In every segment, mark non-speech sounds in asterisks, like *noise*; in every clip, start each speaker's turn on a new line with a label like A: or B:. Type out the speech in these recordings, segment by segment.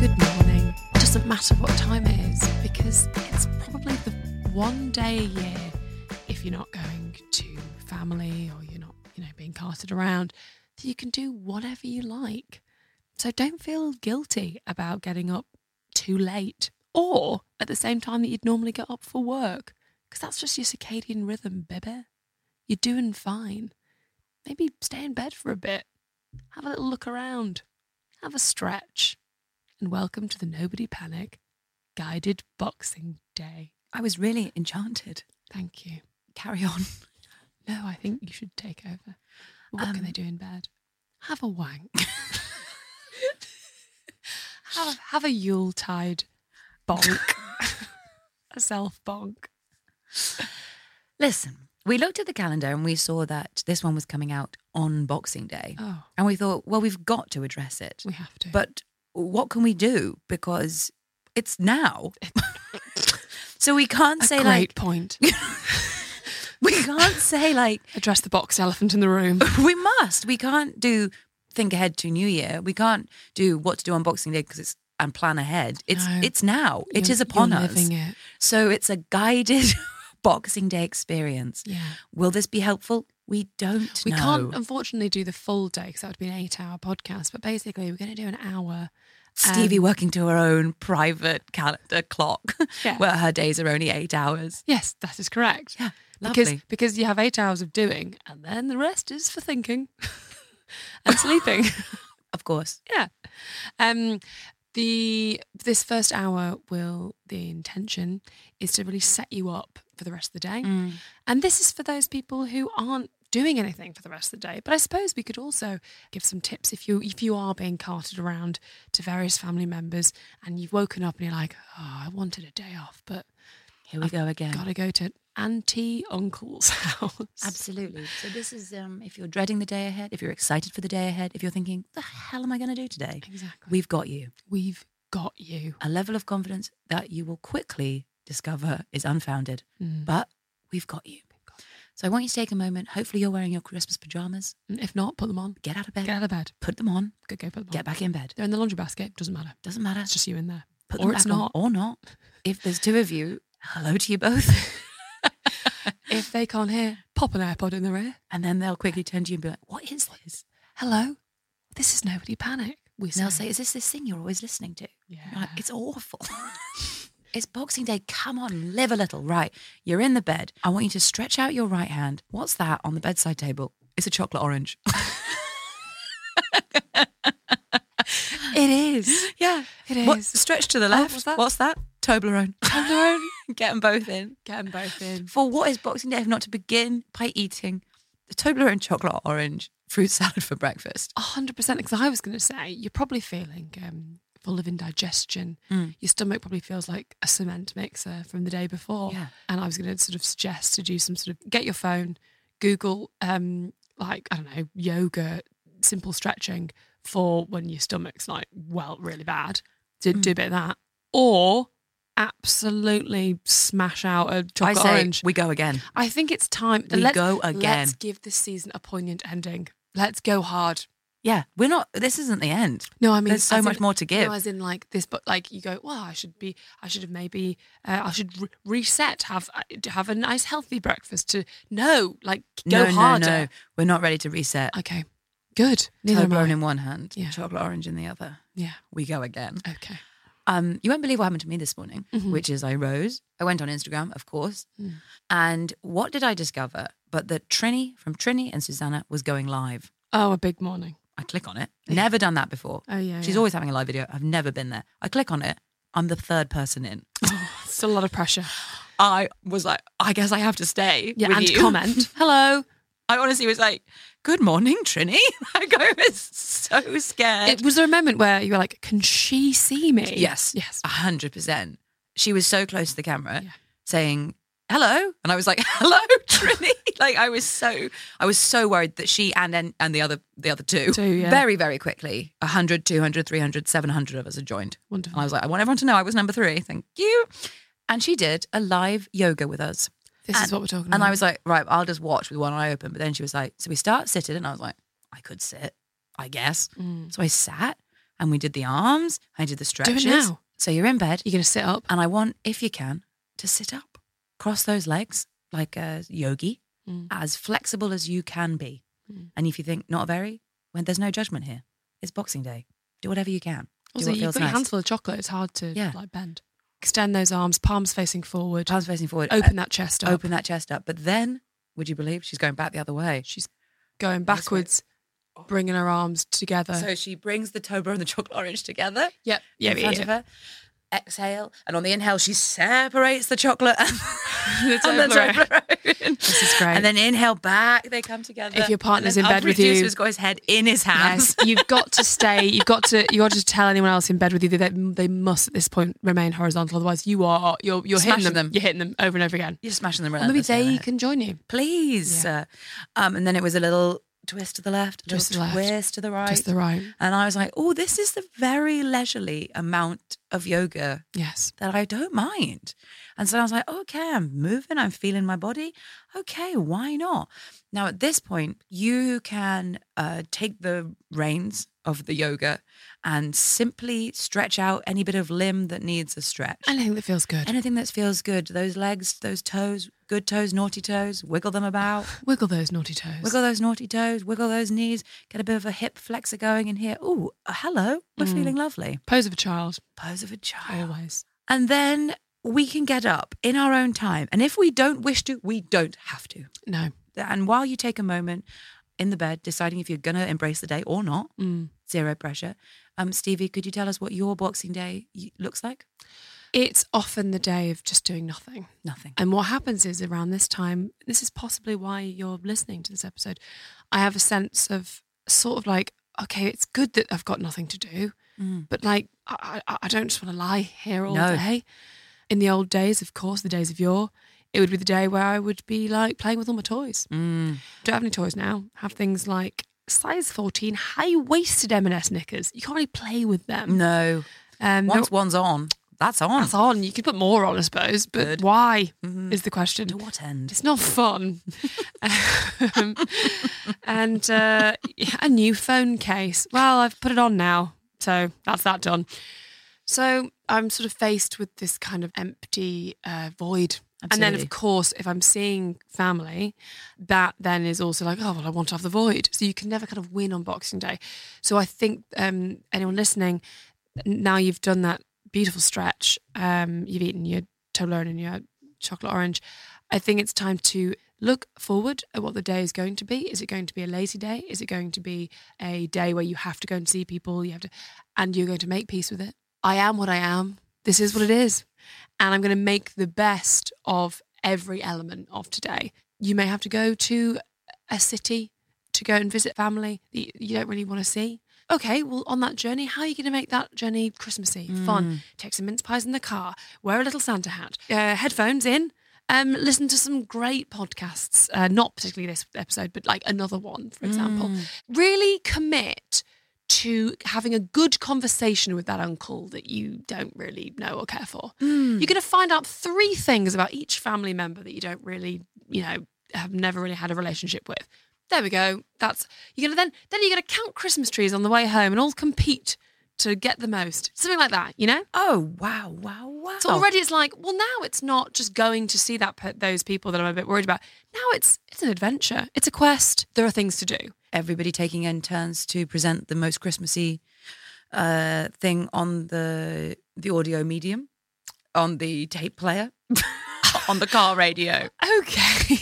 A: Good morning. Doesn't matter what time it is because it's probably the one day a year if you're not going to family or you're not, you know, being carted around that you can do whatever you like. So don't feel guilty about getting up too late or at the same time that you'd normally get up for work because that's just your circadian rhythm, baby. You're doing fine. Maybe stay in bed for a bit. Have a little look around. Have a stretch and welcome to the Nobody Panic Guided Boxing Day.
B: I was really enchanted.
A: Thank you.
B: Carry on.
A: No, I think you should take over. What can
B: Um,
A: they do in bed? Have a
B: *laughs*
A: wank. have, have a Yuletide bonk.
B: *laughs*
A: a self bonk.
B: *laughs* Listen, we looked at the calendar and we saw that this one was coming out on Boxing Day.
A: Oh.
B: And we thought, well, we've got to address it.
A: We have to.
B: But what can we do? Because
A: *laughs*
B: it's now. so we can't
A: a
B: say
A: great
B: like *laughs*
A: point.
B: we can't say like
A: Address the box elephant in the room.
B: we must. We can't do think ahead to New Year. We can't do what to do on Boxing Day because it's and plan ahead. It's
A: No.
B: it's now. It is
A: You're-
B: upon
A: you're
B: us.
A: living it.
B: So it's a guided *laughs* Boxing Day experience.
A: Yeah.
B: Will this be helpful? We um, don't
A: We
B: know.
A: can't, unfortunately, do the full day because that would be an eight-hour podcast. But basically, we're going to do an hour.
B: Stevie
A: um,
B: working to her own private calendar clock *laughs*
A: Yeah.
B: where her days are only eight hours.
A: Yes, that is correct.
B: Yeah,
A: because
B: lovely.
A: because you have eight hours of doing, and then the rest is for thinking *laughs* and sleeping. *laughs*
B: Of course.
A: yeah. Um, the this first hour will the intention is to really set you up for the rest of the day, and this is for those people who aren't doing anything for the rest of the day. But I suppose we could also give some tips if you if you are being carted around to various family members and you've woken up and you're like, oh, I wanted a day off, but
B: Here we go again.
A: Gotta go to auntie uncle's *laughs* house.
B: Absolutely. So this is um, if you're dreading the day ahead, if you're excited for the day ahead, if you're thinking, the hell am I going to do today?
A: Exactly.
B: We've got you.
A: We've got you.
B: A level of confidence that you will quickly discover is unfounded,
A: Mm.
B: but we've got you. So I want you to take a moment. Hopefully you're wearing your Christmas pajamas.
A: And If not, put them on.
B: Get out of bed.
A: Get out of bed.
B: Put them on.
A: Go go put them on.
B: Get back in bed.
A: They're in the laundry basket. Doesn't matter.
B: Doesn't matter.
A: It's just you in there.
B: Put
A: or
B: them
A: it's
B: back on.
A: not.
B: Or not. If there's two of you, hello to you both.
A: *laughs*
B: *laughs*
A: If they can't hear, pop an AirPod in their ear.
B: And then they'll quickly turn to you and be like, What is this?
A: Hello. This is nobody panic. We
B: And they'll say, Is this this thing you're always listening to? And you're like,
A: Yeah.
B: it's
A: *laughs*
B: awful. it's Boxing Day. Come on, live a little. Right. You're in the bed. I want you to stretch out your right hand. What's that on the bedside table? It's a chocolate orange. *laughs*
A: it is.
B: yeah.
A: It is.
B: What, stretch to the
A: Oh,
B: left.
A: what's that?
B: What's that?
A: *laughs*
B: Toblerone. Toblerone. *laughs* Get them both in.
A: Get them both in.
B: For what is Boxing Day if not to begin by eating the Toblerone chocolate orange fruit salad for breakfast?
A: A hundred percent. Because I was going to say you're probably feeling um, full of indigestion.
B: Mm.
A: Your stomach probably feels like a cement mixer from the day before.
B: Yeah.
A: And I was going to sort of suggest to do some sort of get your phone, Google um, like I don't know yoga, simple stretching for when your stomach's like well really bad. Do,
B: Mm.
A: do a bit of that, or absolutely smash out a chocolate
B: I say
A: orange.
B: we go again.
A: I think it's time.
B: We
A: let's,
B: go again.
A: Let's give this season a poignant ending. Let's go hard.
B: Yeah, we're not. This isn't the end.
A: No, I mean
B: There's so
A: as
B: much
A: in-
B: more to give.
A: No, as in like this, but like you go, well, I should be, I should have maybe, uh, I should re- reset, have uh, have a nice healthy breakfast. To no, like go
B: no,
A: harder.
B: no, no. We're not ready to reset.
A: Okay, good. Neither am I.
B: Toblerone in one hand,
A: Yeah.
B: chocolate orange in the other.
A: Yeah.
B: We go again.
A: Okay.
B: Um, you won't believe what happened to me this morning,
A: Mm-hmm.
B: which is I rose, I went on Instagram, of course,
A: Mm.
B: and what did I discover? But that Trini from Trini and Susanna was going live.
A: Oh, a big morning.
B: I click on it. Never done that before.
A: Oh, yeah,
B: She's
A: yeah.
B: always having a live video. I've never been there. I click on it. I'm the third person in.
A: It's a lot of pressure.
B: I was like, I guess I have to stay.
A: Yeah,
B: with
A: and
B: you.
A: comment.
B: *laughs* Hello. I honestly was like, Good morning, Trini. *laughs* like I was so scared.
A: It was there a moment where you were like, "Can she see me?"
B: Yes.
A: Yes.
B: A hundred percent. She was so close to the camera
A: Yeah.
B: saying, Hello. And I was like, *laughs* Hello, Trini. *laughs* like I was so I was so worried that she and and, and the other the other two,
A: Two, yeah.
B: very, very quickly, 100, 200, 300, 700 of us had joined.
A: Wonderful.
B: And I was like, I want everyone to know I was number three. Thank you. And she did a live yoga with us.
A: This
B: and,
A: is what we're talking about.
B: And I was like, right, I'll just watch with one eye open. But then she was like, so we start sitting. And I was like, I could sit, I guess.
A: Mm.
B: So I sat and we did the arms. I did the stretches.
A: now.
B: So you're in bed.
A: "You're going to sit up."
B: And I want, if you can, to sit up, cross those legs like a yogi,
A: Mm.
B: as flexible as you can be. And if you think, not very, when there's no judgment here, it's Boxing Day. Do whatever you can. Do
A: Also,
B: what
A: you've
B: feels
A: got your
B: nice.
A: hands full of chocolate. It's hard to
B: Yeah.
A: like bend. Extend those arms, palms facing forward.
B: Palms facing forward. uh,
A: Open that chest up.
B: Open that chest up. But then, would you believe she's going back the other way?
A: She's going
B: That's what-
A: backwards, bringing her arms together.
B: So she brings the Toblerone and the chocolate orange together
A: yep.
B: in front
A: *laughs*
B: of her. Exhale, and on the inhale, she separates the chocolate and *laughs* the,
A: Toblerone.
B: Toblerone.
A: *laughs* This is great.
B: And then inhale back, they come together.
A: If your partner's
B: And then
A: in bed
B: up
A: with you-
B: reduces, got his head in his hands.
A: Yes, you've got to stay. You've got to. You got to tell anyone else in bed with you that they must at this point remain horizontal. Otherwise, you are you're you're
B: Smashing
A: hitting them.
B: them.
A: You're hitting them over and over again.
B: You're smashing them
A: Or maybe
B: relentlessly,
A: they
B: aren't it?
A: can join you.
B: Please. Uh, um, and then it was a little twist to the left, a
A: Twist to
B: little
A: the left.
B: twist to the right.
A: Just the right.
B: And I was like, oh, this is the very leisurely amount of yoga
A: Yes.
B: that I don't mind. And so I was like, okay, I'm moving, I'm feeling my body. Okay, why not? Now, at this point, you can uh, take the reins of the yoga and simply stretch out any bit of limb that needs a stretch.
A: Anything that feels good.
B: Anything that feels good, those legs, those toes, good toes, naughty toes, wiggle them about.
A: Wiggle those naughty toes.
B: Wiggle those naughty toes, wiggle those knees, get a bit of a hip flexor going in here. Ooh, hello, we're feeling lovely.
A: Pose of a child.
B: Pose of a child.
A: Always.
B: And then we can get up in our own time. And if we don't wish to, we don't have to.
A: No.
B: And while you take a moment in the bed, deciding if you're going to embrace the day or not, zero pressure. Um, Stevie, could you tell us what your Boxing Day y- looks like?
A: It's often the day of just doing nothing.
B: Nothing.
A: And what happens is around this time, this is possibly why you're listening to this episode. I have a sense of sort of like, okay, it's good that I've got nothing to do, but like, I, I, I don't just want to lie here all
B: Mm. No.
A: day. In the old days, of course, the days of yore, it would be the day where I would be like playing with all my toys.
B: Mm.
A: Don't have any toys now. Have things like size 14 high-waisted M&S knickers. You can't really play with them.
B: No.
A: Um, they're
B: Mm. Once one's on, that's on.
A: that's on. You could put more on, I suppose, but
B: Good. Mm-hmm.
A: why is the question?
B: To what end?
A: It's not
B: *laughs*
A: fun. um, and uh, a new phone case. Well, I've put it on now, so that's that done. So I'm sort of faced with this kind of empty uh, void. And then,
B: Absolutely.
A: of course, if I'm seeing family, that then is also like, oh, well, I want to have the void. So you can never kind of win on Boxing Day. So I think um, anyone listening, now you've done that beautiful stretch, um, you've eaten your Toblerone and your chocolate orange. I think it's time to look forward at what the day is going to be. Is it going to be a lazy day? Is it going to be a day where you have to go and see people? You have to, and you're going to make peace with it. I am what I am. This is what it is, and I'm going to make the best of every element of today. You may have to go to a city to go and visit family that you- you don't really want to see. Okay, well, on that journey, how are you going to make that journey Christmassy, fun? Take some mince pies in the car, wear a little Santa hat, uh, headphones in, um, listen to some great podcasts, uh, not particularly this episode, but like another one, for example. Really commit to having a good conversation with that uncle that you don't really know or care for.
B: Hmm.
A: You're going to find out three things about each family member that you don't really, you know, have never really had a relationship with. There we go. That's you're gonna then then you're gonna count Christmas trees on the way home and all compete to get the most. Something like that, you know?
B: Oh wow, wow, wow!
A: So already it's like, well, now it's not just going to see that per- those people that I'm a bit worried about. Now it's it's an adventure. It's a quest. There are things to do.
B: everybody taking in turns to present the most Christmassy uh, thing on the the audio medium, on the tape player, *laughs* on the car radio.
A: *laughs* Okay.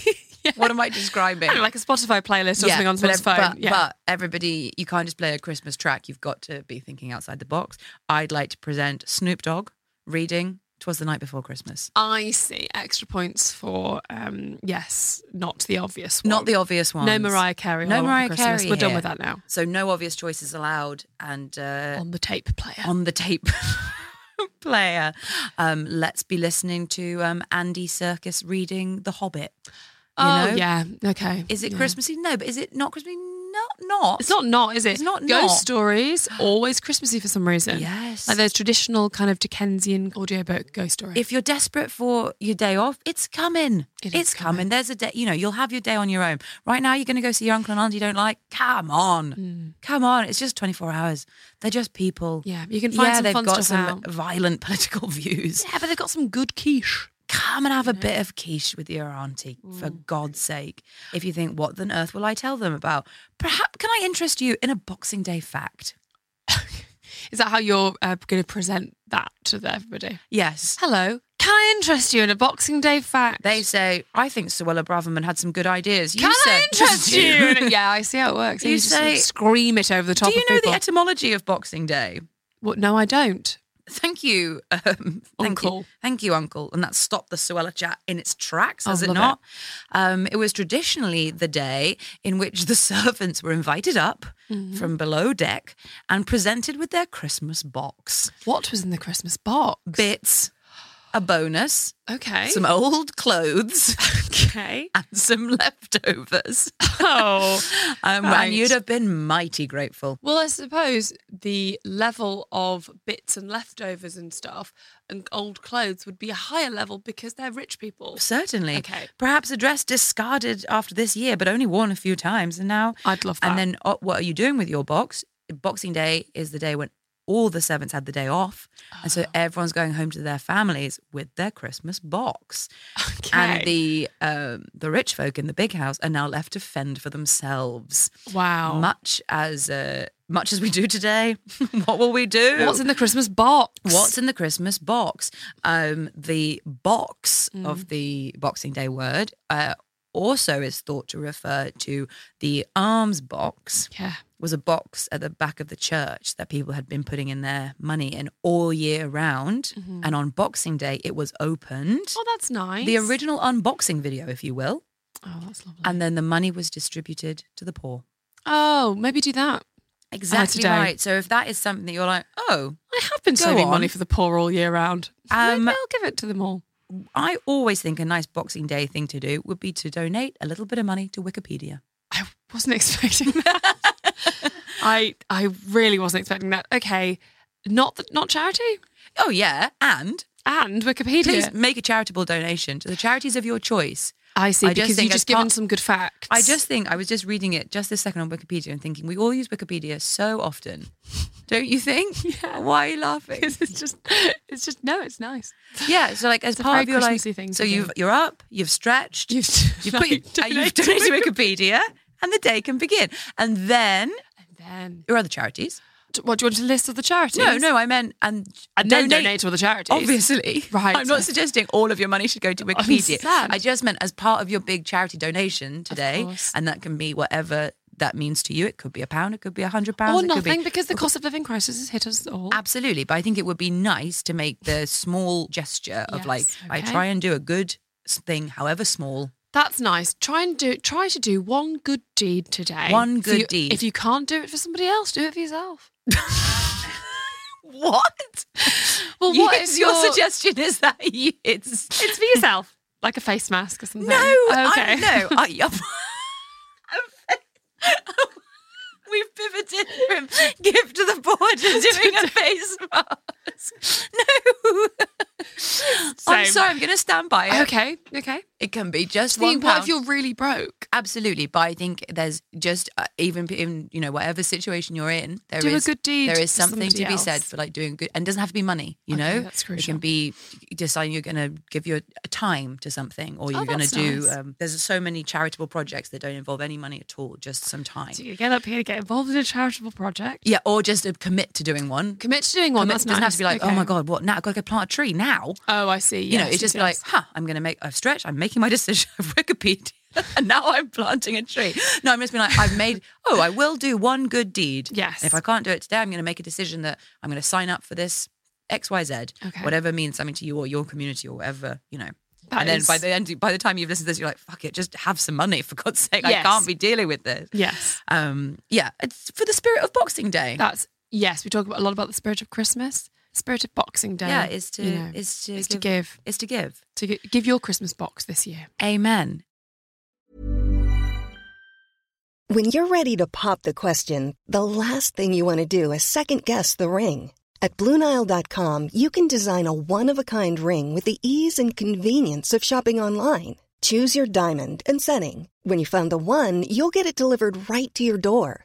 A: yeah.
B: What am I describing?
A: I don't know, *laughs* like a Spotify playlist or something on
B: but,
A: someone's phone.
B: But,
A: yeah.
B: but everybody, you can't just play a Christmas track. You've got to be thinking outside the box. I'd like to present Snoop Dogg reading "Twas the Night Before Christmas."
A: I see. Extra points for um yes, not the obvious one.
B: Not the obvious one.
A: No Mariah Carey.
B: No
A: All I Want for
B: Mariah
A: Christmas.
B: Carey
A: We're done with
B: here.
A: that now.
B: So no obvious choices allowed, and uh,
A: On the tape player.
B: on the tape *laughs* player. Um, let's be listening to um, Andy Circus reading The Hobbit. You
A: oh
B: know?
A: yeah. Okay.
B: Is it
A: Yeah.
B: Christmassy? No, but is it not Christmassy? Not, not.
A: It's not not, is it?
B: It's not
A: Ghost
B: not.
A: stories, always Christmassy for some reason.
B: Yes.
A: Like those traditional kind of Dickensian audiobook ghost story.
B: If you're desperate for your day off, it's coming.
A: It is
B: it's coming.
A: coming.
B: There's a day, you know, you'll have your day on your own. Right now, you're going to go see your uncle and aunt you don't like. Come on. Come on. It's just 24 hours. They're just people.
A: Mm. Yeah, you can find
B: yeah,
A: some
B: they've
A: fun
B: got
A: stuff
B: some
A: out.
B: violent *laughs* political views.
A: yeah, but they've got some good quiche.
B: come and have a
A: Mm-hmm.
B: bit of quiche with your auntie, for God's sake. If you think, what on earth will I tell them about? Perhaps, can I interest you in a Boxing Day fact?
A: Is that how you're uh, going to present that to the- everybody?
B: Yes.
A: Hello. Can I interest you in a Boxing Day fact?
B: They say, I think Suella Braverman had some good ideas. You
A: Can
B: say,
A: I interest you?
B: *laughs*
A: in a-" *laughs* yeah, I see how it works.
B: You
A: You, just
B: say-
A: scream it over the top.
B: Do you
A: of
B: know
A: people.
B: the etymology of Boxing Day?
A: What? No, I don't.
B: Thank you, um, thank
A: Uncle.
B: You. Thank you, uncle. And that stopped the Suella chat in its tracks,
A: Oh,
B: has it
A: love
B: not? Um, it was traditionally the day in which the *laughs* servants were invited up
A: Mm-hmm.
B: from below deck and presented with their Christmas box.
A: What was in the Christmas box?
B: bits, a bonus,
A: Okay.
B: some old
A: *laughs*
B: clothes,
A: okay.
B: and some leftovers.
A: Oh.
B: *laughs* Um,
A: Right.
B: And you'd have been mighty grateful.
A: Well, I suppose the level of bits and leftovers and stuff and old clothes would be a higher level because they're rich people.
B: Certainly.
A: Okay.
B: Perhaps a dress discarded after this year, but only worn a few times. And now.
A: I'd love that.
B: And then uh, what are you doing with your box? Boxing Day is the day when all the servants had the day off. And
A: Ah.
B: so everyone's going home to their families with their Christmas box.
A: *laughs* okay.
B: And the um, the rich folk in the big house are now left to fend for themselves.
A: wow.
B: much as uh, much as we do today. *laughs* what will we do?
A: What's in the Christmas box?
B: What's in the Christmas box? Um, the box of the Boxing Day word uh, also is thought to refer to the arms box.
A: Yeah.
B: Was a box at the back of the church that people had been putting in their money in all year round, and on Boxing Day it was opened.
A: Oh, that's nice.
B: The original unboxing video, if you will,
A: Oh, that's lovely.
B: and then the money was distributed to the poor.
A: oh, maybe do that.
B: Exactly
A: today.
B: right. So if that is something that you're like, oh,
A: I have been
B: Go
A: saving
B: on.
A: money for the poor all year round.
B: Um,
A: maybe I'll give it to them all.
B: I always think a nice Boxing Day thing to do would be to donate a little bit of money to Wikipedia.
A: I wasn't *laughs* expecting that. I I really wasn't expecting that. Okay, not the, not charity
B: Oh yeah, and
A: and Wikipedia.
B: please make a charitable donation to the charities of your choice.
A: I see.
B: I just
A: because you
B: think
A: just
B: as part-
A: given some good facts.
B: I just
A: *laughs*
B: think I was just reading it just this second on Wikipedia and thinking we all use Wikipedia so often, don't you think?
A: *laughs* Yeah.
B: Why are you laughing?
A: *laughs* it's just it's just no, it's nice.
B: yeah. So like as
A: a
B: part
A: very
B: of your like,
A: Christmassy thing
B: so
A: to do.
B: you've you're up, you've stretched,
A: You've- *laughs*
B: you've put your, uh, you've donated to Wikipedia, and the day can begin. And then
A: And then
B: your other charities.
A: D- what do you want to list of the charities?
B: No, no, I meant and
A: And then donate, to other charities.
B: Obviously.
A: *laughs* Right.
B: I'm not suggesting all of your money should go to Wikipedia.
A: Understand.
B: I just meant as part of your big charity donation today,
A: course.
B: and that can be whatever that means to you. It could be a pound, it could be a hundred pounds.
A: Or
B: it could be-
A: nothing, because the cost of living crisis has hit us all.
B: Absolutely. But I think it would be nice to make the small gesture of
A: Yes,
B: like, I
A: okay.
B: try and do a good s- thing, however
A: *laughs*
B: small.
A: That's nice. Try and do try to do one good deed today.
B: One
A: For
B: good
A: you-
B: deed.
A: If you can't do it for somebody else, do it for yourself.
B: *laughs* What?
A: Well,
B: You-
A: what is
B: your,
A: your *laughs*
B: suggestion? Is that *laughs* you- it's
A: It's for yourself, like a face mask or something.
B: No,
A: Oh, okay.
B: I, no.
A: *laughs*
B: I, I'm- *laughs* we've pivoted from gift to
A: *laughs*
B: the *laughs* board to doing a face mask. No. I'm sorry, I'm going to stand by it.
A: Okay. Okay.
B: It can be just
A: Think,
B: one
A: what
B: pound.
A: if you're really broke?
B: Absolutely, but I think there's just uh, even in you know whatever situation you're in, there is
A: Do a good deed
B: There is
A: for
B: something to
A: somebody
B: be said
A: else.
B: for like doing good, and it doesn't have to be money. You
A: Okay,
B: know,
A: that's
B: it
A: crucial.
B: can be deciding you're going to give your uh, time to something, or you're going to
A: Oh, that's
B: do.
A: nice.
B: Um, there's so many charitable projects that don't involve any money at all, just some time.
A: So you get up here, get involved in a charitable project,
B: Yeah, or just uh, commit to doing one.
A: commit to doing one.
B: Commit-
A: Oh, that's
B: doesn't have to be
A: nice.
B: like,
A: Okay.
B: oh my god, what now? I got to go plant a tree now.
A: Oh, I see.
B: you know,
A: yes,
B: it's just be
A: yes,
B: like,
A: yes.
B: huh, I'm going to make a stretch. I'm making my *laughs* decision of Wikipedia. *laughs* And now I'm planting a tree. No, I'm just being like, I've
A: *laughs*
B: made, oh, I will do one good deed.
A: Yes.
B: If I can't do it today, I'm going to make a decision that I'm going to sign up for this XYZ,
A: Okay.
B: whatever means something to you or your community or whatever, you know.
A: That
B: and then by
A: is-
B: the end, by the time you've listened to this, you're like, fuck it, just have some money, for God's sake. I
A: Yes.
B: can't be dealing with this.
A: yes,
B: Um, yeah, it's for the spirit of Boxing Day.
A: that's yes. We talk about a lot about the spirit of Christmas, spirit of Boxing Day.
B: yeah, is to,
A: you know,
B: is to,
A: is
B: give,
A: to give
B: Is to give.
A: to gi- give your Christmas box this year.
B: Amen.
C: When you're ready to pop the question, the last thing you want to do is second guess the ring. At Bluenile.com, you can design a one of a kind ring with the ease and convenience of shopping online. Choose your diamond and setting. When you find the one, you'll get it delivered right to your door.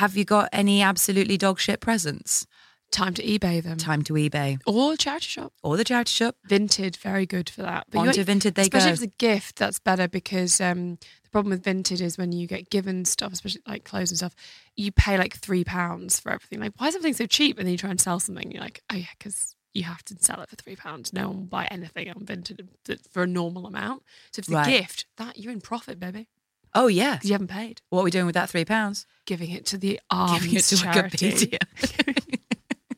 B: Have you got any absolutely dog shit presents?
A: Time to eBay them.
B: Time to eBay
A: Or charity shop.
B: or the charity shop.
A: Vinted, very good for that. you
B: Onto
A: ain't-
B: Vinted they
A: especially
B: go.
A: if it's a gift, that's better because um, the problem with Vinted is when you get given stuff, especially like clothes and stuff, you pay like three pounds for everything. Like, why is everything so cheap? And then you try and sell something, you're like, oh yeah, because you have to sell it for three pounds. No one will buy anything on Vinted that- for a normal amount. So if it's
B: Right.
A: a gift, that you're in profit, baby,
B: Oh yeah.
A: because you haven't paid.
B: What are we doing with that three pounds?
A: Giving it to the arms
B: Giving it to
A: Oh, charity.
B: *laughs* Wikipedia.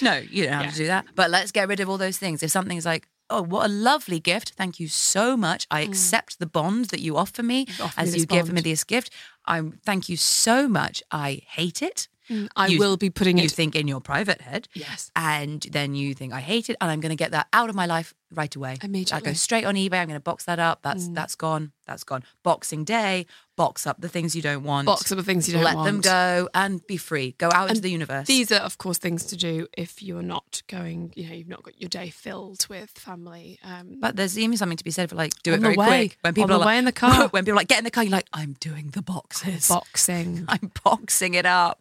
B: No, you don't have
A: Yeah.
B: to do that. But let's get rid of all those things. If something's like, oh, what a lovely gift. Thank you so much. I accept the bond that you offer me
A: offered Mm. me
B: as
A: this
B: you give me
A: bond."
B: this gift. I'm thank you so much. I hate it.
A: Mm, I
B: You-
A: will be putting
B: You
A: it.
B: think in your private head.
A: yes.
B: and then you think I hate it, and I'm going to get that out of my life right away. I
A: Immediately.
B: go straight on eBay. I'm going to box that up.
A: Mm.
B: That's that's gone. That's gone. Boxing Day, box up the things you don't want.
A: Box up the things you don't
B: Let them
A: want.
B: go and be free. Go out into
A: And
B: the universe.
A: These are, of course, things to do if you're not going, you know, you've not got your day filled with family. Um,
B: but there's even something to be said for like do
A: On
B: it
A: the
B: very
A: way.
B: quick. When people
A: On
B: are
A: the
B: like,
A: way in the car.
B: *laughs* when people are like get in the car, you're like I'm doing the boxes.
A: boxing.
B: *laughs* I'm boxing it up.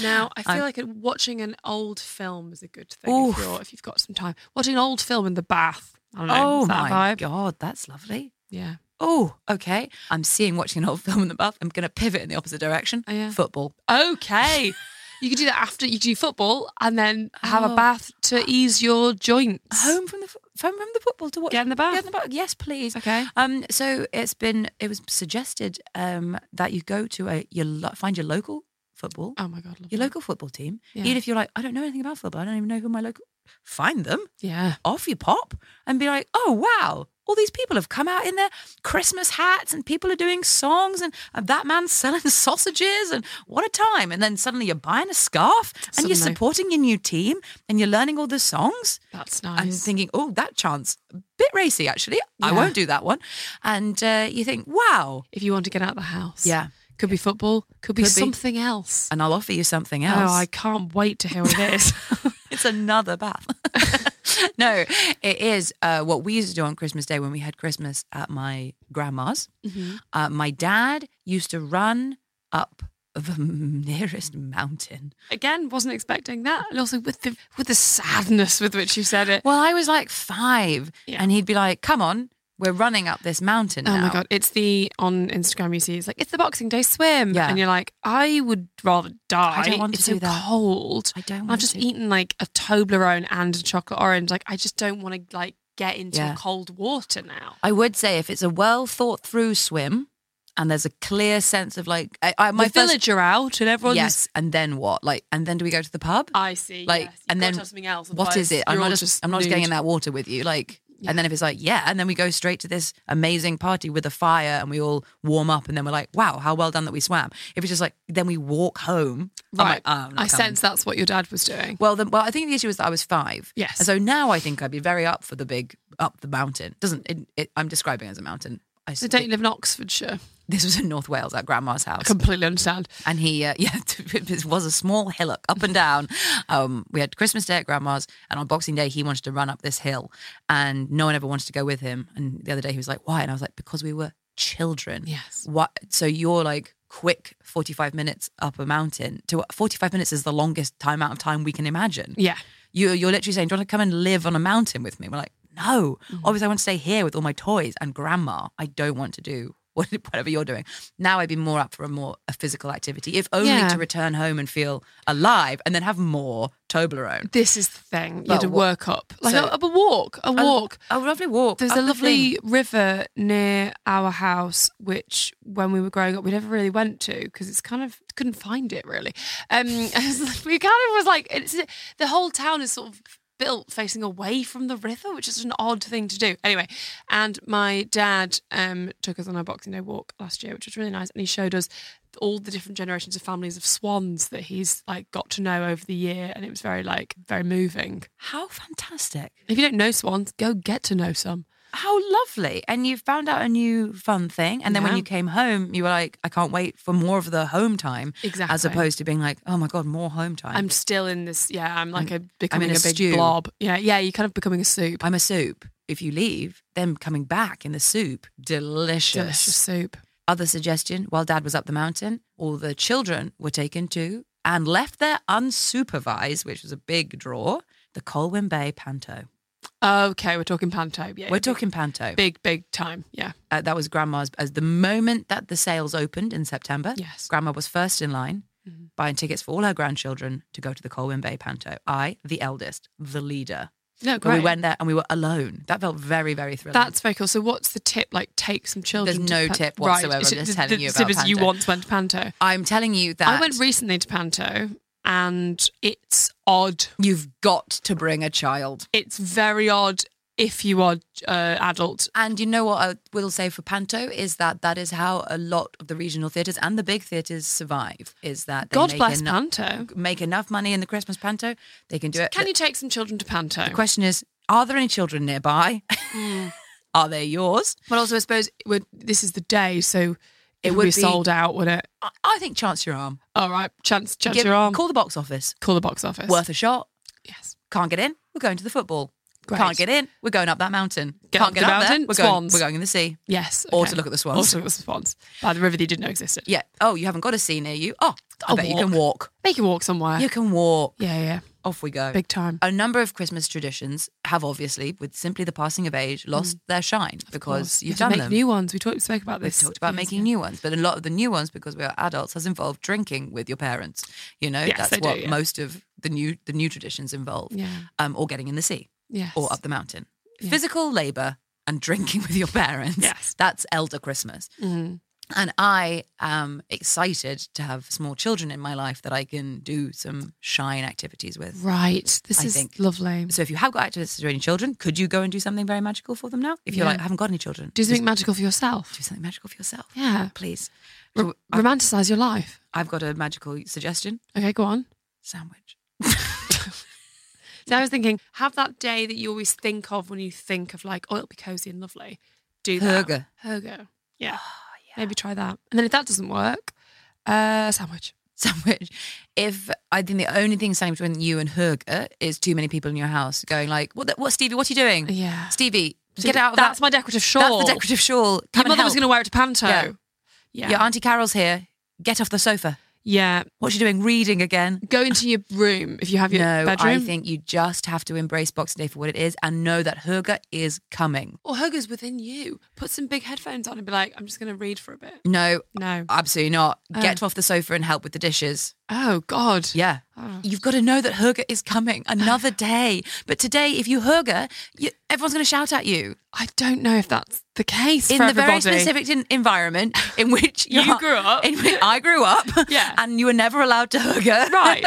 A: Now, I feel
B: I'm-
A: like watching an old film is a good thing
B: Oof.
A: if, you're, if you've got some time. Watching an old film in the bath. I don't know.
B: Oh
A: is that a
B: my
A: vibe?
B: god, that's lovely.
A: Yeah.
B: Oh, okay. I'm seeing watching an old *laughs* film in the bath. I'm going to pivot in the opposite direction.
A: Oh, yeah.
B: Football.
A: *laughs* Okay. you could do that after you do football and then have
B: Oh.
A: a bath to ease your joints.
B: home from the f- home from the football to watch.
A: Get in the bath.
B: Yes, please.
A: Okay.
B: Um. So it's been it was suggested um that you go to a your lo- find your local football
A: Oh my God. love
B: your
A: that.
B: local football team.
A: Yeah.
B: Even if you're like I don't know anything about football, I don't even know who my local. Find them
A: Yeah.
B: off you pop and be like, oh wow. All these people have come out in their Christmas hats, and people are doing songs, and, and that man's *laughs* selling sausages, and what a time! And then suddenly you're buying a scarf, and you're
A: Suddenly.
B: supporting your new team, and you're learning all the songs.
A: That's
B: I'm
A: nice.
B: thinking, oh, that chance, a bit racy actually. I
A: Yeah.
B: won't do that one. And uh, you think, wow,
A: if you want to get out of the house.
B: Yeah.
A: Could be football, could be
B: Could be.
A: something else.
B: and I'll offer you something
A: Oh,
B: else. *laughs*
A: I can't wait to hear what it is.
B: It's another bath. *laughs* no, it is uh, what we used to do on Christmas Day when we had Christmas at my grandma's.
A: Mm-hmm.
B: Uh, my dad used to run up the nearest mountain.
A: Again, wasn't expecting that. And also with the with the sadness with which you said it.
B: Well, I was like five,
A: Yeah.
B: and he'd be like, "Come on, we're running up this mountain."
A: Oh my
B: now."
A: god! It's the on Instagram you see. It's like it's the Boxing Day swim,
B: Yeah.
A: and you're like, I would rather die.
B: I don't want to
A: it's
B: do
A: so
B: that.
A: cold.
B: I don't
A: I've
B: want
A: just
B: to.
A: eaten like a Toblerone and a chocolate orange. Like I just don't want to like get into
B: Yeah.
A: cold water now.
B: I would say if it's a well thought through swim, and there's a clear sense of like, I, I, my
A: the
B: first-
A: villager out and everyone's.
B: yes, and then what? Like, and then do we go to the pub?
A: I see.
B: like,
A: yes. You've
B: and
A: got
B: then
A: to have something else.
B: what is it?
A: otherwise
B: I'm
A: you're
B: not
A: all
B: just, I'm not just getting in
A: nude.
B: that water with you. Like, and then if it's like, yeah, and then we go straight to this amazing party with a fire, and we all warm up, and then we're like, wow, how well done that we swam. If it's just like, then we walk home. I'm
A: Right.
B: like, oh, I'm not
A: I
B: coming.
A: sense that's what your dad was doing.
B: Well, the, well, I think the issue was that I was five.
A: Yes.
B: And so now I think I'd be very up for the big up the mountain. Doesn't it? it I'm describing it as a mountain. I
A: So don't you live in Oxfordshire?
B: this was in North Wales at grandma's house.
A: Completely understand.
B: And he, uh, *laughs* yeah, it was a small hillock up and down. Um, we had Christmas Day at Grandma's, and on Boxing Day, he wanted to run up this hill, and no one ever wanted to go with him. And the other day, he was like, "Why?" And I was like, "Because we were children."
A: Yes.
B: What? So you're like quick 45 minutes up a mountain. To 45 minutes is the longest time out of time we can imagine.
A: Yeah.
B: You're you're literally saying, "Do you want to come and live on a mountain with me?" We're like, "No,
A: Mm.
B: obviously, I want to stay here with all my toys and grandma. I don't want to do." *laughs* what- Whatever you're doing now, I'd be more up for a more a physical activity, if only
A: Yeah.
B: to return home and feel alive, and then have more Toblerone.
A: This is the thing. You
B: But
A: had a
B: what-
A: work up, like
B: so-
A: a, a walk, a walk.
B: a, a lovely walk.
A: There's
B: up
A: a
B: the
A: lovely
B: thing.
A: river near our house, which when we were growing up, we never really went to because it's kind of couldn't find it really. Um, *laughs* we kind of was like, it's the whole town is sort of built facing away from the river, which is an odd thing to do. Anyway, and my dad um, took us on our Boxing Day walk last year, which was really nice, and he showed us all the different generations of families of swans that he's like got to know over the year, and it was very like very moving.
B: How fantastic!
A: If you don't know swans, go get to know some.
B: How lovely! And you found out a new fun thing, and then when
A: Yeah.
B: you came home, you were like, "I can't wait for more of the home time," as
A: Exactly.
B: opposed to being like, "Oh my god, more home time."
A: I'm still in this. Yeah, I'm like a becoming
B: in
A: a,
B: a
A: big
B: stew.
A: blob. Yeah, yeah. You're kind of becoming a soup.
B: I'm a soup. If you leave, then coming back in the soup, delicious.
A: Delicious soup.
B: Other suggestion while dad was up the mountain, all the children were taken to and left there unsupervised, which was a big draw, the Colwyn Bay Panto.
A: Okay, we're talking panto. Yeah,
B: We're
A: big-
B: talking Panto.
A: big, big time. Yeah,
B: Uh, that was grandma's, as the moment that the sales opened in September,
A: Yes. Mm-hmm.
B: grandma was first in line. Buying tickets for all her grandchildren to go to the Colwyn Bay Panto. I, the eldest, the leader.
A: no,
B: But
A: great.
B: we went there and we were alone. That felt very, very thrilling.
A: That's very cool. So, what's the tip? Like, take some children.
B: There's
A: to
B: no
A: pan-
B: tip
A: Right,
B: whatsoever,
A: it's-
B: I'm just
A: the-
B: telling
A: the
B: you
A: tip
B: about
A: is you
B: panto.
A: once went to panto.
B: I'm telling you that
A: I went recently to panto, and it's odd.
B: you've got to bring a child.
A: It's very odd if you are uh, adult.
B: And you know what I will say for Panto is that that is how a lot of the regional theatres and the big theatres survive. Is that they
A: God
B: make
A: bless
B: eno-
A: panto.
B: Make enough money in the Christmas Panto, they can do it.
A: Can you take some children to panto?
B: The question is, are there any children nearby?
A: Hmm.
B: *laughs* are they yours?
A: But also, I suppose it would, this is the day, so it,
B: It
A: would
B: would
A: be,
B: be- *laughs*
A: sold out, would it?
B: I, I think chance your arm.
A: All right, chance, chance
B: Give-
A: your arm. Call,
B: Call the box office.
A: the box office.
B: Worth a shot.
A: yes.
B: Can't get in. We're going to the football.
A: Great.
B: Can't get in. We're going up that mountain.
A: Get
B: Can't
A: up
B: get
A: the
B: up
A: mountain,
B: there. We're going,
A: swans.
B: we're going in the sea.
A: Yes.
B: Or
A: okay.
B: to look at the swans.
A: Or to look at the swans by the river that you didn't know existed.
B: Yeah. Oh, you haven't got a sea near you. Oh, I
A: I'll
B: bet you can walk.
A: Make you walk somewhere.
B: You can walk.
A: yeah, yeah.
B: Off we go.
A: Big time.
B: A number of Christmas traditions have obviously, with simply the passing of age, lost their shine because
A: Mm. Course. You
B: you've
A: have to
B: done
A: make
B: them.
A: new ones. We talked spoke about
B: We've
A: this.
B: talked about making new ones, but a lot of the new ones, because we are adults, has involved drinking with your parents. You know,
A: Yes, they
B: that's
A: do,
B: what
A: yeah.
B: most of the new the new traditions involve.
A: Yeah.
B: Um, or getting in the sea
A: Yes.
B: or up the mountain.
A: Yeah.
B: Physical labor and drinking *laughs* with your parents.
A: Yes.
B: That's elder Christmas.
A: Mhm.
B: And I am excited to have small children in my life that I can do some shine activities
A: Mm-hmm.
B: with.
A: Right. This
B: I
A: is
B: think.
A: lovely.
B: So if you have got access to any children, could you go and do something very magical for them now? If you're
A: Yeah.
B: like, I haven't got any children,
A: Do
B: just
A: something magical for yourself.
B: do something magical for yourself.
A: Yeah.
B: Please.
A: Ro- romanticize your life.
B: I've got a magical suggestion.
A: Okay, go on.
B: Sandwich.
A: *laughs* So I was thinking, have that day that you always think of when you think of like, oh, it'll be cozy and lovely. Do that.
B: Hygge. Ah, *laughs*
A: Herger. Yeah. Maybe try that. And then if that doesn't work, uh, sandwich.
B: sandwich. If I think the only thing standing between you and Herger is too many people in your house going like, "What? The, what, Stevie? What are you doing?
A: Yeah.
B: Stevie, get out of that.
A: That's my decorative shawl.
B: That's the decorative shawl.
A: Your
B: Come and
A: mother was
B: help.
A: going to wear it to panto.
B: Yeah.
A: Yeah.
B: Your
A: yeah.
B: auntie Carol's here. Get off the sofa. What's she doing? Reading again?
A: Go into your room if you have your
B: no,
A: bedroom.
B: I think you just have to embrace Boxing Day for what it is and know that Herger is coming.
A: or Hugger's within you. Put some big headphones on and be like, I'm just going to read for a bit.
B: No,
A: No.
B: absolutely not. Get
A: Oh.
B: off the sofa and help with the dishes.
A: Oh, God.
B: Yeah.
A: Ah.
B: You've got to know that Herger is coming
A: *sighs*
B: another day. But today, if you Herger, you, everyone's going to shout at you.
A: I don't know if that's the case
B: in
A: for
B: the
A: everybody.
B: very specific *laughs* in- environment
A: *laughs*
B: in which
A: You
B: are-
A: grew up.
B: in which I grew up,
A: Yeah.
B: and you were never allowed to hugger,
A: Right.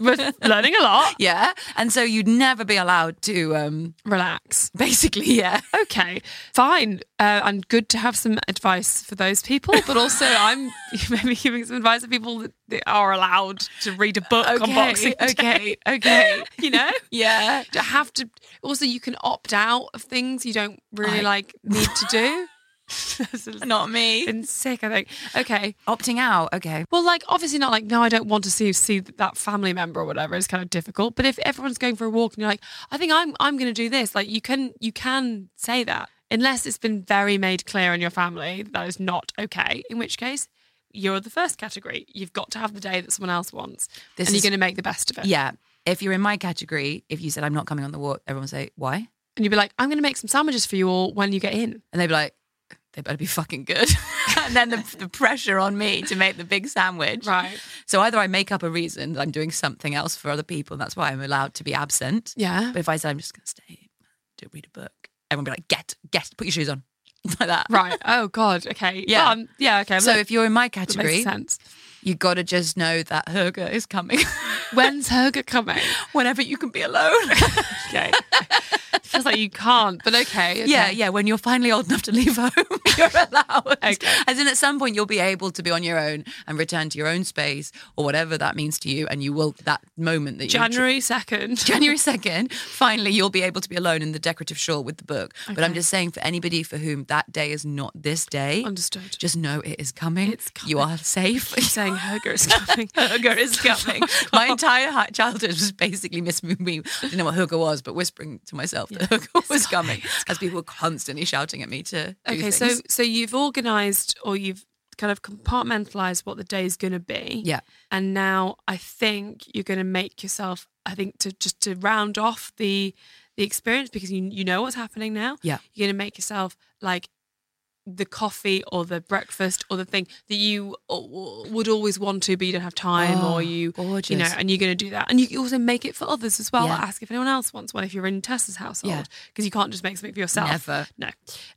A: We're learning a lot.
B: *laughs* Yeah, and so you'd never be allowed to, um,
A: Relax. *laughs*
B: basically, yeah.
A: Okay, fine. Uh, and good to have some advice for those people, but *laughs* also I'm maybe giving some advice to people that, that are allowed to read a book on
B: Okay,
A: Boxing Day.
B: okay, okay.
A: *laughs* you know?
B: *laughs* Yeah.
A: To have to. Also, you can opt out of things you don't really
B: I-
A: like need to *laughs* do. That's
B: Not me.
A: been sick, I think. Okay.
B: Opting out. Okay.
A: Well, like obviously not like no, I don't want to see see that family member or whatever. It's kind of difficult. But if everyone's going for a walk and you're like, I think I'm I'm going to do this, like you can you can say that unless it's been very made clear in your family that, that is not okay. In which case, you're the first category. You've got to have the day that someone else wants,
B: This
A: and
B: is-
A: you're going to make the best of it.
B: Yeah. If you're in my category, if you said I'm not coming on the walk, everyone would say why,
A: and you'd be like, I'm going to make some sandwiches for you all when you get in.
B: and they'd be like, they better be fucking good. *laughs* and then the, the pressure on me to make the big sandwich.
A: Right.
B: So either I make up a reason that I'm doing something else for other people, and that's why I'm allowed to be absent.
A: Yeah.
B: But if I said I'm just going to stay, do read a book, everyone would be like, get, get, put your shoes on, *laughs* like that.
A: right. Oh God. Okay.
B: Yeah.
A: Well, um, yeah. Okay.
B: So
A: That-
B: if you're in my
A: that
B: category,
A: makes sense.
B: you got to just know that Herger is coming *laughs*
A: When's Herger coming?
B: whenever you can be alone. *laughs*
A: okay. *laughs* Feels like you can't, but okay. okay.
B: Yeah, yeah. When you're finally old enough to leave *laughs* home, you're allowed.
A: Okay.
B: As in, at some point, you'll be able to be on your own and return to your own space or whatever that means to you. And you will, that moment that you
A: January 2nd. *laughs*
B: January 2nd, finally, you'll be able to be alone in the decorative shawl with the book. But I'm
A: Okay.
B: just saying, for anybody for whom that day is not this day,
A: Understood.
B: just know it is coming.
A: It's
B: You
A: coming. *laughs*
B: are safe.
A: Keep saying Herger is
B: *laughs*
A: coming.
B: Hooger is coming. My entire hi- childhood was basically Miss Moon Moon. I didn't know what hooger was, but whispering to myself that hooger was coming, as people were constantly shouting at me to. do
A: okay, so
B: things.
A: so you've organised or you've kind of compartmentalised what the day's going to be.
B: Yeah.
A: And now I think you're going to make yourself, I think, to just to round off the the experience because you you know what's happening now.
B: Yeah.
A: You're going to make yourself like the coffee or the breakfast or the thing that you o- would always want to, but you don't have time,
B: Oh,
A: or you, you know,
B: gorgeous.
A: and you're going to do that, and you can also make it for others as well.
B: Yeah.
A: Ask if anyone else wants one if you're in Tessa's household,
B: Yeah.
A: because you can't just make something for yourself.
B: Never.
A: No.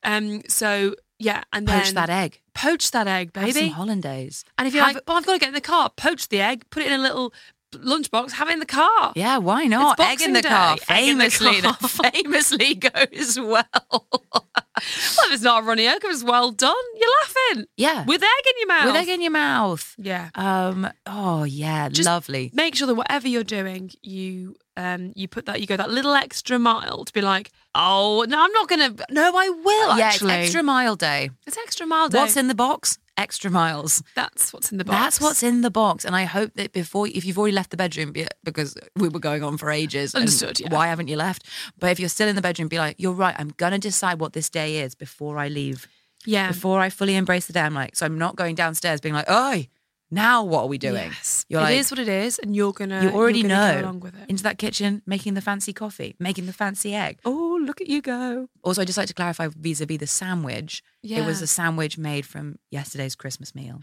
A: Um. So yeah, and
B: poach
A: then
B: that egg,
A: Poach that egg,
B: Have some
A: baby.
B: hollandaise.
A: and if you're
B: Have-
A: like, well, I've got to get in the car, poach the egg, put it in a little lunchbox, have it in the car.
B: yeah, why not? Egg
A: Boxing
B: in the car.
A: Day. Egg in the
B: Famously,
A: car.
B: that *laughs* famously goes well.
A: Well, *laughs* if it's not a runny egg, if it's well done, you're laughing.
B: Yeah.
A: With egg in your mouth.
B: With egg in your mouth.
A: Yeah.
B: Um. Oh yeah,
A: Just
B: lovely.
A: Make sure that whatever you're doing, you um you put that you go that little extra mile to be like, oh no, I'm not gonna. No, I will.
B: yeah,
A: actually.
B: it's extra mile day.
A: It's extra mile. Day.
B: What's in the box? Extra miles.
A: That's what's in the box.
B: That's what's in the box, and I hope that before, if you've already left the bedroom, be- because we were going on for ages, and
A: Understood, yeah.
B: Why haven't you left? But if you're still in the bedroom, be like, you're right. I'm gonna decide what this day is before I leave,
A: Yeah.
B: before I fully embrace the day. I'm like, so I'm not going downstairs being like, oh, now what are we doing?
A: Yes.
B: You're
A: It
B: like,
A: is what it is, and you're gonna.
B: you already
A: you're gonna
B: know.
A: Go along with it.
B: Into that kitchen, making the fancy coffee, making the fancy egg. Oh, look at you go. Also, I just like to clarify vis-a-vis the sandwich. It was
A: Yeah.
B: a sandwich made from yesterday's Christmas meal.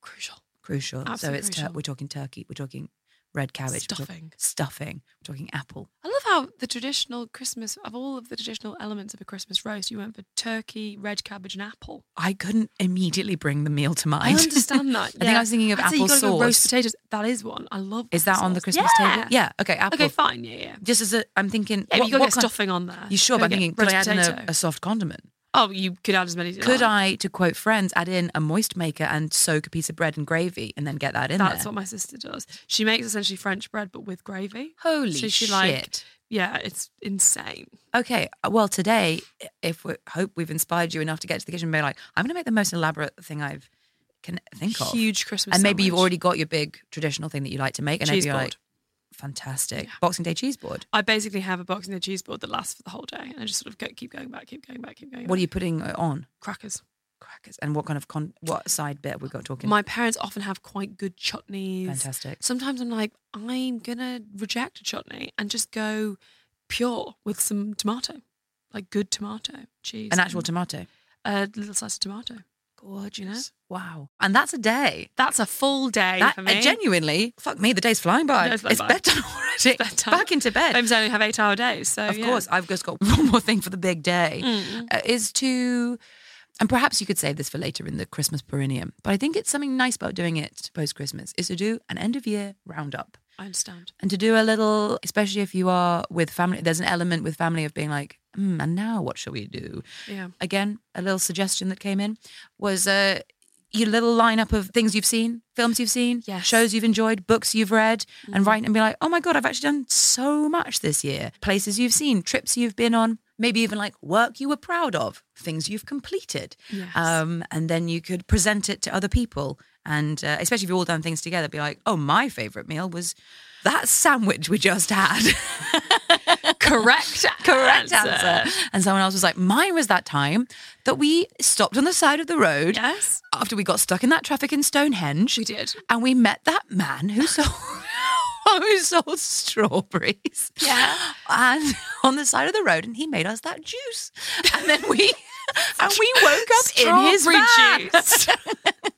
A: Crucial.
B: crucial.
A: Absolutely
B: so it's tur-
A: crucial.
B: we're talking turkey, we're talking red cabbage, we're talking
A: Stuffing.
B: stuffing, we're talking apple.
A: I love how the traditional Christmas of all of the traditional elements of a Christmas roast, you went for turkey, red cabbage, and apple.
B: I couldn't immediately bring the meal to mind.
A: I
B: *laughs*
A: understand that.
B: I think I was thinking of
A: I'd say
B: apple
A: you've gotta go roast
B: sauce.
A: potatoes. That is one. I love.
B: Is
A: apple
B: that on the
A: sauce.
B: Christmas
A: yeah.
B: table? Yeah. Okay. Apple.
A: Okay. Fine. Yeah. Yeah.
B: Just as a, I'm thinking,
A: Yeah, but
B: what,
A: you gotta
B: what
A: get
B: kind-
A: stuffing on there.
B: You sure?
A: Go
B: But I'm
A: get
B: thinking, could I
A: roast
B: add in a,
A: potato.
B: a soft condiment?
A: Oh, you could add as many. as you
B: Could
A: like.
B: I, to quote friends, add in a moist maker and soak a piece of bread in gravy and then get that in
A: That's
B: there?
A: what my sister does. She makes essentially French bread, but with gravy.
B: Holy
A: so she
B: shit!
A: Like, yeah, it's insane.
B: okay, uh, well today, if we hope we've inspired you enough to get to the kitchen and be like, I'm going to make the most elaborate thing I've can think of.
A: Huge Christmas
B: and maybe you've
A: sandwich.
B: already got your big traditional thing that you like to make, and
A: Cheese
B: maybe you're
A: board.
B: like, fantastic Boxing Day cheese board.
A: I basically have a box in the cheese board that lasts for the whole day, and I just sort of go, keep going back, keep going back, keep going.
B: What
A: back.
B: are you putting it on?
A: crackers?
B: Crackers. And what kind of con- what side bit we got talking?
A: My parents often have quite good chutneys.
B: fantastic.
A: Sometimes I'm like, I'm gonna reject a chutney and just go pure with some tomato, like good tomato cheese,
B: An actual tomato.
A: a little slice of tomato. Gorgeous. You know?
B: Wow. And that's a day.
A: That's a full day
B: That,
A: for
B: uh,
A: me. *laughs*
B: genuinely, fuck me, the day's flying by.
A: No,
B: it's
A: it's not bad.
B: bedtime *laughs* already.
A: It's bedtime.
B: Back into bed.
A: Homes only have eight hour days, so
B: of
A: Oh, yeah.
B: course, I've just got *laughs* one more thing for the big day uh, is to, and perhaps you could save this for later in the Christmas perineum, but I think it's something nice about doing it post Christmas is to do an end of year roundup
A: I understand.
B: and to do a little, especially if you are with family, there's an element with family of being like, mm, and now what shall we do?
A: Yeah.
B: Again, a little suggestion that came in was uh, your little lineup of things you've seen, films you've seen,
A: Yes. Mm-hmm.
B: shows you've enjoyed, books you've read, and write and be like, oh my God, I've actually done so much this year. Places you've seen, trips you've been on, maybe even like work you were proud of, things you've completed.
A: Yes.
B: Um, and then you could present it to other people. And uh, especially if you've all done things together, be like, oh, my favorite meal was that sandwich we just had. *laughs*
A: *laughs* Correct.
B: correct answer. And someone else was like, mine was that time that we stopped on the side of the road
A: Yes.
B: after we got stuck in that traffic in Stonehenge.
A: We did.
B: And we met that man who *laughs* sold, who sold strawberries.
A: Yeah.
B: And *laughs* on the side of the road, and he made us that juice. And then
A: *laughs*
B: we. *laughs* And we woke up in his
A: Strawberry
B: van.
A: *laughs* juice.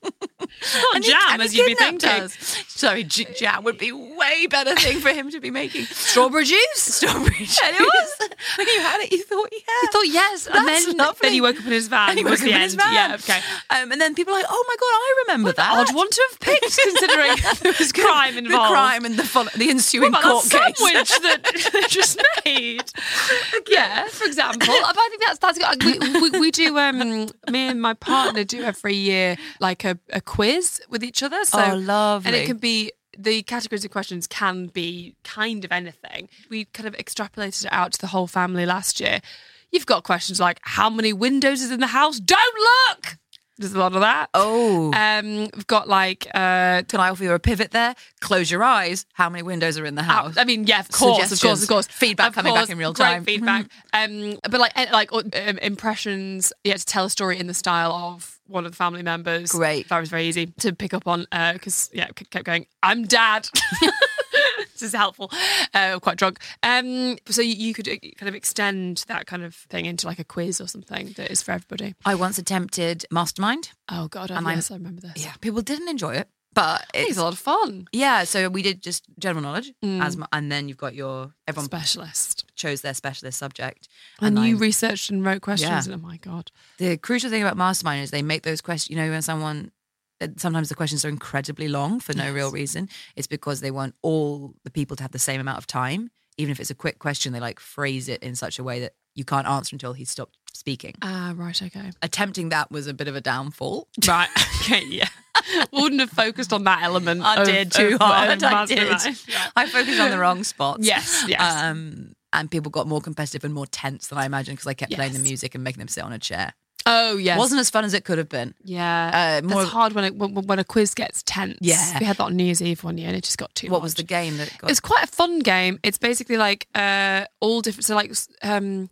A: Not
B: And he-
A: jam,
B: and he
A: as you'd be
B: kidnapped
A: thinking.
B: us. Sorry, j- jam would be way better thing for him to be making.
A: Strawberry juice.
B: Strawberry *laughs* juice.
A: And it was.
B: when you had it, you thought, yeah.
A: You thought yes, and
B: That's
A: then
B: lovely.
A: then he woke up in his van.
B: And he
A: was
B: was
A: the
B: in
A: end.
B: his van.
A: Yeah, okay.
B: Um, and then people are like, oh my god, I remember that.
A: Odd one to have picked,
B: *laughs*
A: considering *laughs* there was crime
B: The
A: involved.
B: crime and the follow- the ensuing
A: What about
B: court
A: that
B: case.
A: sandwich *laughs* that they just made? Yeah, for example. *laughs* But I think that's that's good. We, we, we do. Um, me and my partner do every year like a, a quiz with each other. So
B: Oh, lovely.
A: And it can be the categories of questions can be kind of anything. We kind of extrapolated it out to the whole family last year. You've got questions like how many windows is in the house? Don't look. There's a lot of that.
B: Oh.
A: Um, we've got like uh,
B: Can I offer you a pivot there? Close your eyes. How many windows are in the
A: out.
B: house?
A: Uh, I mean, yeah, of course, of course,
B: Suggestions.
A: of course.
B: Feedback
A: Of
B: coming back
A: course,
B: in real
A: great
B: time.
A: feedback. *laughs* um, but like, eh, like or, um, impressions. Yeah, to tell a story in the style of one of the family members.
B: Great.
A: That was very easy to pick up on because yeah, it kept going. I'm *laughs* dad. this is helpful. Uh, quite drunk. Um, so you, you could eh, kind of extend that kind of thing into like a quiz or something that is for everybody.
B: I once attempted Mastermind.
A: Oh God, I,
B: And I'm-
A: yes, I remember this.
B: Yeah, people didn't enjoy it, but
A: It's
B: it's
A: a lot of fun.
B: yeah. So we did just general knowledge,
A: Mm.
B: as mu- and then you've got your everyone
A: Specialist.
B: chose their specialist subject,
A: And, you
B: I-
A: researched and wrote questions.
B: Yeah.
A: And, oh my God.
B: the crucial thing about mastermind is they make those questions you know when someone uh, sometimes the questions are incredibly long for no real reason it's because they want all the people to have the same amount of time even if it's a quick question they like phrase it in such a way that you can't answer until he's stopped speaking
A: Ah, right. Okay.
B: attempting that was a bit of a downfall
A: Right. *laughs* Okay. Yeah. Wouldn't have focused on that element.
B: I
A: of-
B: did too
A: of-
B: hard.
A: of
B: *laughs* I did.
A: mastermind. Yeah.
B: I focused on the wrong spots.
A: Yes, yes.
B: Um, and people got more competitive and more tense than I imagined because I kept playing the
A: Yes.
B: music and making them sit on a chair.
A: Oh yes.
B: Wasn't as fun as it could have been.
A: yeah.
B: uh, more-
A: That's hard when, it, when when a quiz gets tense.
B: Yeah.
A: We had that on New Year's Eve one year, and it just got too.
B: What was the
A: much.
B: game that got?
A: It's quite a fun game. It's basically like uh, all different. So like um,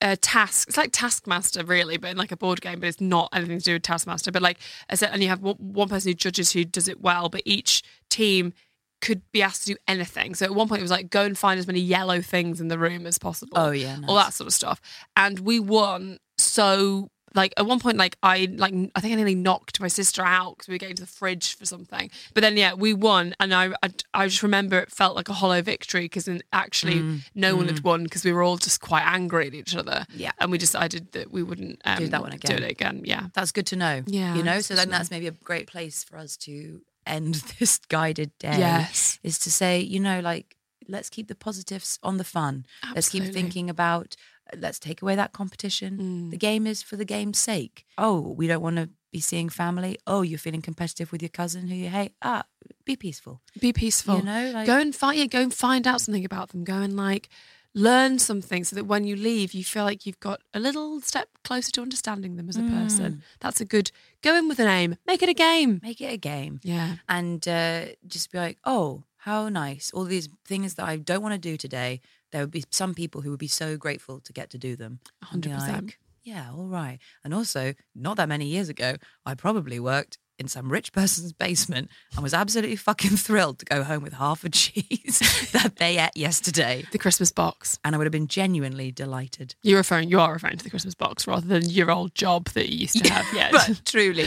A: uh, task. It's like Taskmaster, really, but in like a board game. But it's not anything to do with Taskmaster. But like I said, and you have one, one person who judges who does it well. But each team could be asked to do anything. So at one point it was like go and find as many yellow things in the room as possible.
B: Oh, yeah,
A: all
B: nice.
A: that sort of stuff. And we won. So like at one point, like I like I think I nearly knocked my sister out because we were getting to the fridge for something. But then yeah, we won, and I I, I just remember it felt like a hollow victory because actually
B: Mm.
A: no one had won because we were all just quite angry at each other.
B: Yeah.
A: and we decided that we wouldn't um,
B: Do that one again.
A: Do it again. Yeah.
B: That's good to know.
A: Yeah,
B: You know,
A: that's
B: so
A: good
B: then
A: to know.
B: that's maybe a great place for us to end *laughs* this guided day.
A: Yes.
B: Is to say, you know, like, let's keep the positives on the fun. Let's keep
A: Absolutely. Mm.
B: thinking about, uh, let's take away that competition. The game is for the game's sake. Oh, we don't want to be seeing family. Oh, you're feeling competitive with your cousin who you hate. Ah, be peaceful.
A: Be peaceful.
B: You know, like-
A: go and find yeah, go and find out something about them. Go and like learn something so that when you leave, you feel like you've got a little step closer to understanding them as a person. That's a good go in with an aim, make it a game.
B: Make it a game.
A: Yeah.
B: and uh, just be like, oh, how nice. All these things that I don't want to do today, there would be some people who would be so grateful to get to do them. And be
A: 100%.
B: like, yeah, all right. And also, not that many years ago, I probably worked in some rich *laughs* person's basement and was absolutely fucking thrilled to go home with half a *laughs* cheese that they ate yesterday.
A: The Christmas box.
B: And I would have been genuinely delighted.
A: You're referring, you are referring to the Christmas box rather than your old job that you used to have. Yeah,
B: *laughs* but truly,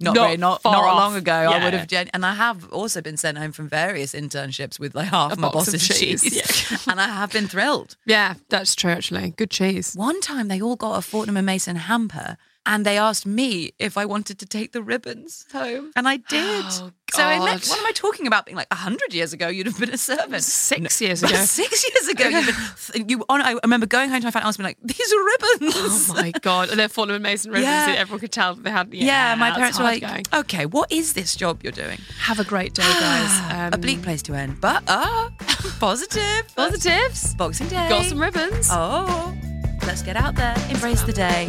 B: not,
A: Not
B: very, not,
A: far
B: not
A: off.
B: long ago, I would
A: Yeah.
B: have. Gen- and I have also been sent home from various internships with like half
A: A
B: my
A: box of
B: boss's
A: cheese,
B: cheese,
A: yeah.
B: *laughs* and I have been thrilled.
A: *laughs* yeah, that's true. Actually, good cheese.
B: One time, they all got a Fortnum and Mason hamper, and they asked me if I wanted to take the ribbons home, and I did.
A: Oh,
B: so I
A: God.
B: meant, what am I talking about? Being like hundred years ago, you'd have been a servant.
A: Six years
B: But
A: ago.
B: *laughs* Six years ago, you'd
A: *laughs*
B: been, you on. I remember going home to my family and being like, "These are ribbons." *laughs*
A: Oh my god! And they're full of Mason ribbons.
B: Yeah.
A: that Everyone could tell that they had. Yeah,
B: Yeah, my
A: that's
B: parents were
A: hard
B: like,
A: going.
B: okay, what is this job you're doing?
A: "Have a great day, *gasps* guys." Um,
B: a bleak place to end, but
A: *laughs*
B: uh, positive.
A: positives.
B: Boxing Day.
A: Got some ribbons.
B: Oh, let's get out there, embrace the day.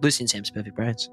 D: Lucy and Sam's Perfect Brains.